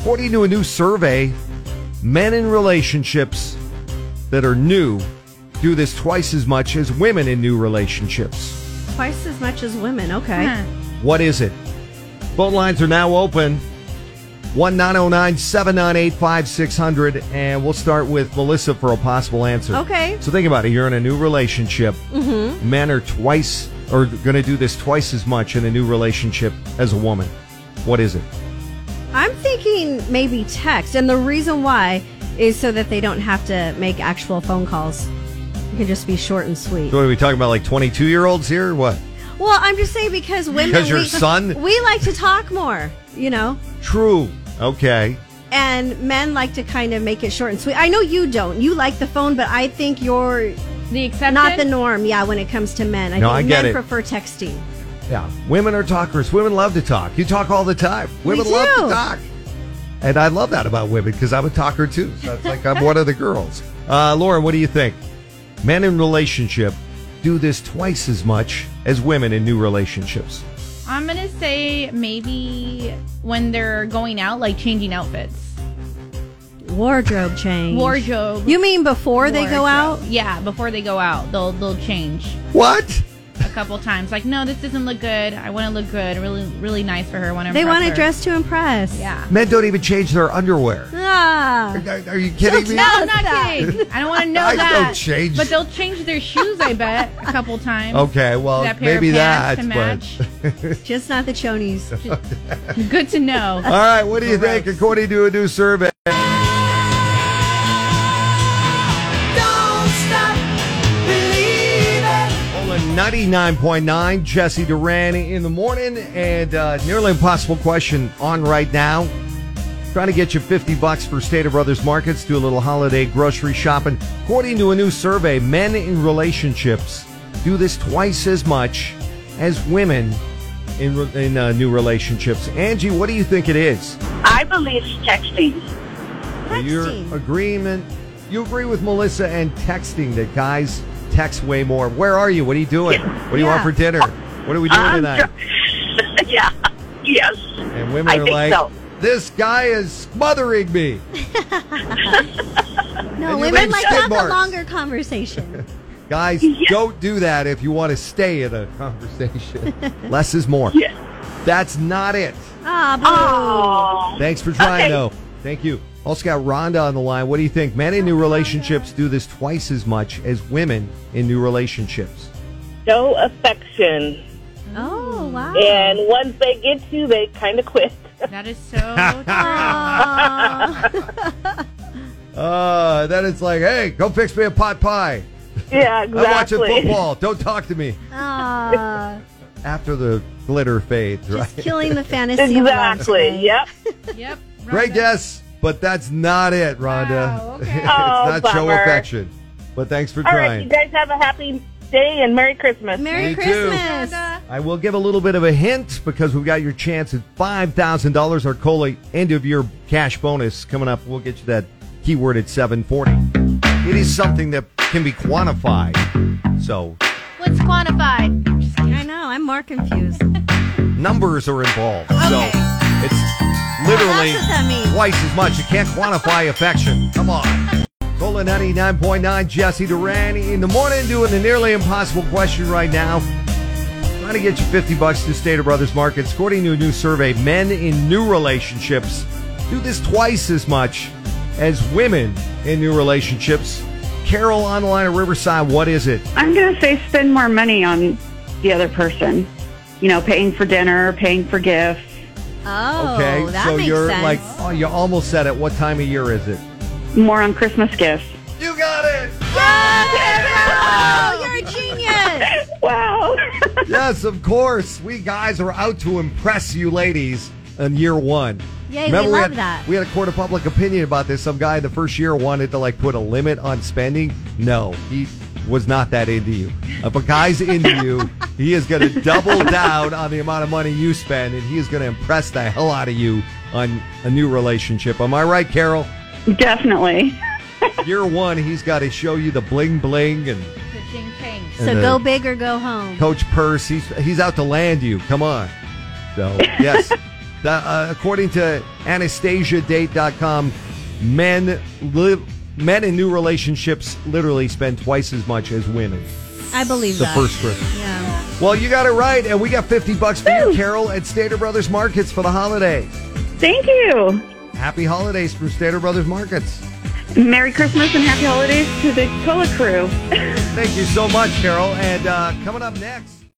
According to a new survey, men in relationships that are new do this twice as much as women in new relationships. Twice as much as women. Okay. What is it? Phone lines are now open. oh 1 909 798 5600. And we'll start with Melissa for a possible answer. Okay. So think about it. You're in a new relationship. Mm-hmm. Men are twice, or going to do this twice as much in a new relationship as a woman. What is it? I'm thinking maybe text, and the reason why is so that they don't have to make actual phone calls. It can just be short and sweet. So what are we talking about? Like 22 year olds here? What? Well, I'm just saying because women, Because your we, son- we like to talk more, you know, True. Okay. and men like to kind of make it short and sweet. I know you don't. You like the phone, but I think you're The exception. not the norm. Yeah, when it comes to men, I No, think I get men it. prefer texting. Yeah, women are talkers. Women love to talk. You talk all the time. Women do. love to talk. And I love that about women because I'm a talker too. So it's like I'm one of the girls. Uh, Lauren, what do you think? Men in relationship do this twice as much as women in new relationships. I'm gonna say maybe when they're going out, like changing outfits, Wardrobe change. wardrobe. You mean before they go wardrobe. out? Yeah, before they go out, they'll they'll change What? a couple times. Like, no, this doesn't look good. I want to look good. Really, really nice for her. Want to They want to dress to impress. Yeah. Men don't even change their underwear. Ah. Are, are you kidding me? No, How's I'm not that? kidding. I don't want to know I that. don't change. But they'll change their shoes. I bet a couple times. Okay, well, That pair maybe of that. pants But to match. Just not the chonies. Good to know. all right, what do you think? According to a new survey. Don't stop believing. Ola 99.9, Jesse Duran in the morning, and uh, nearly impossible question on right now. Trying to get you 50 bucks for State of Brothers Markets, do a little holiday grocery shopping. According to a new survey, men in relationships do this twice as much as women in, re- in uh, new relationships. Angie, what do you think it is? I believe it's texting. Your Texting. agreement. You agree with Melissa and texting that guys text way more. Where are you? What are you doing? What do you want Yeah. for dinner? What are we doing I'm tonight? dr- yeah. Yes. And women I are think like, so. this guy is smothering me. No, And you women leave like skid to have a marks. longer conversation. Guys, don't do that if you want to stay in a conversation. Less is more. Yes. That's not it. Ah, boo. Oh. Thanks for trying, Okay. though. Thank you. Also got Rhonda on the line. What do you think? Men in new relationships do this twice as much as women in new relationships. no affection. Oh, wow. And once they get you, they kind of quit. That is so true. Aw. Uh, then it's like, hey, go fix me a pot pie. yeah, I'm watching football. Don't talk to me. Aw. After the glitter fades, right? Ah, Just killing the fantasy. of love Exactly. today. Yep. Yep. Great Rhonda. guess, but that's not it, Rhonda. Wow, okay. it's Oh, not show bummer. affection. But thanks for All trying. right. You guys have a happy day and Merry Christmas. Me Merry too. Christmas. I will give a little bit of a hint because we've got your chance at $5,000 our COLA end of year cash bonus coming up. We'll get you that keyword at 740. It is something that can be quantified. So What's quantified? I know. I'm more confused. numbers are involved. So Okay. it's literally That's what that means. twice as much. You can't quantify affection. Come on. Cola 99.9, Jesse Duran in the morning doing the nearly impossible question right now. Trying to get you 50 bucks to Stater Brothers Markets. According to a new survey, men in new relationships do this twice as much as women in new relationships. Carol on the line of Riverside, what is it? I'm going to say spend more money on the other person. You know, paying for dinner, paying for gifts. Oh, okay, that so makes you're sense. like, oh, you almost said it. What time of year is it? More on Christmas gifts. You got it. oh, you're a genius. Wow. yes, of course. We guys are out to impress you ladies in year one. Yay, we we love had, that. We had a court of public opinion about this. Some guy the first year wanted to like put a limit on spending. No, he was not that into you. If a guy's into you, he is going to double down on the amount of money you spend, and he is going to impress the hell out of you on a new relationship. Am I right, Carol? Definitely. Year one, he's got to show you the bling bling and The ching ching. so and the- go big or go home. Coach Purse, he's he's out to land you. Come on. So yes, The, uh, according to AnastasiaDate.com, men live men in new relationships literally spend twice as much as women. I believe The that. first trip. Yeah. Well, you got it right, and we got fifty bucks for you, Carol, at Stater Brothers Markets for the holiday. Thank you. Happy holidays from Stater Brothers Markets. Merry Christmas and happy holidays to the Cola crew. Thank you so much, Carol. And uh, coming up next.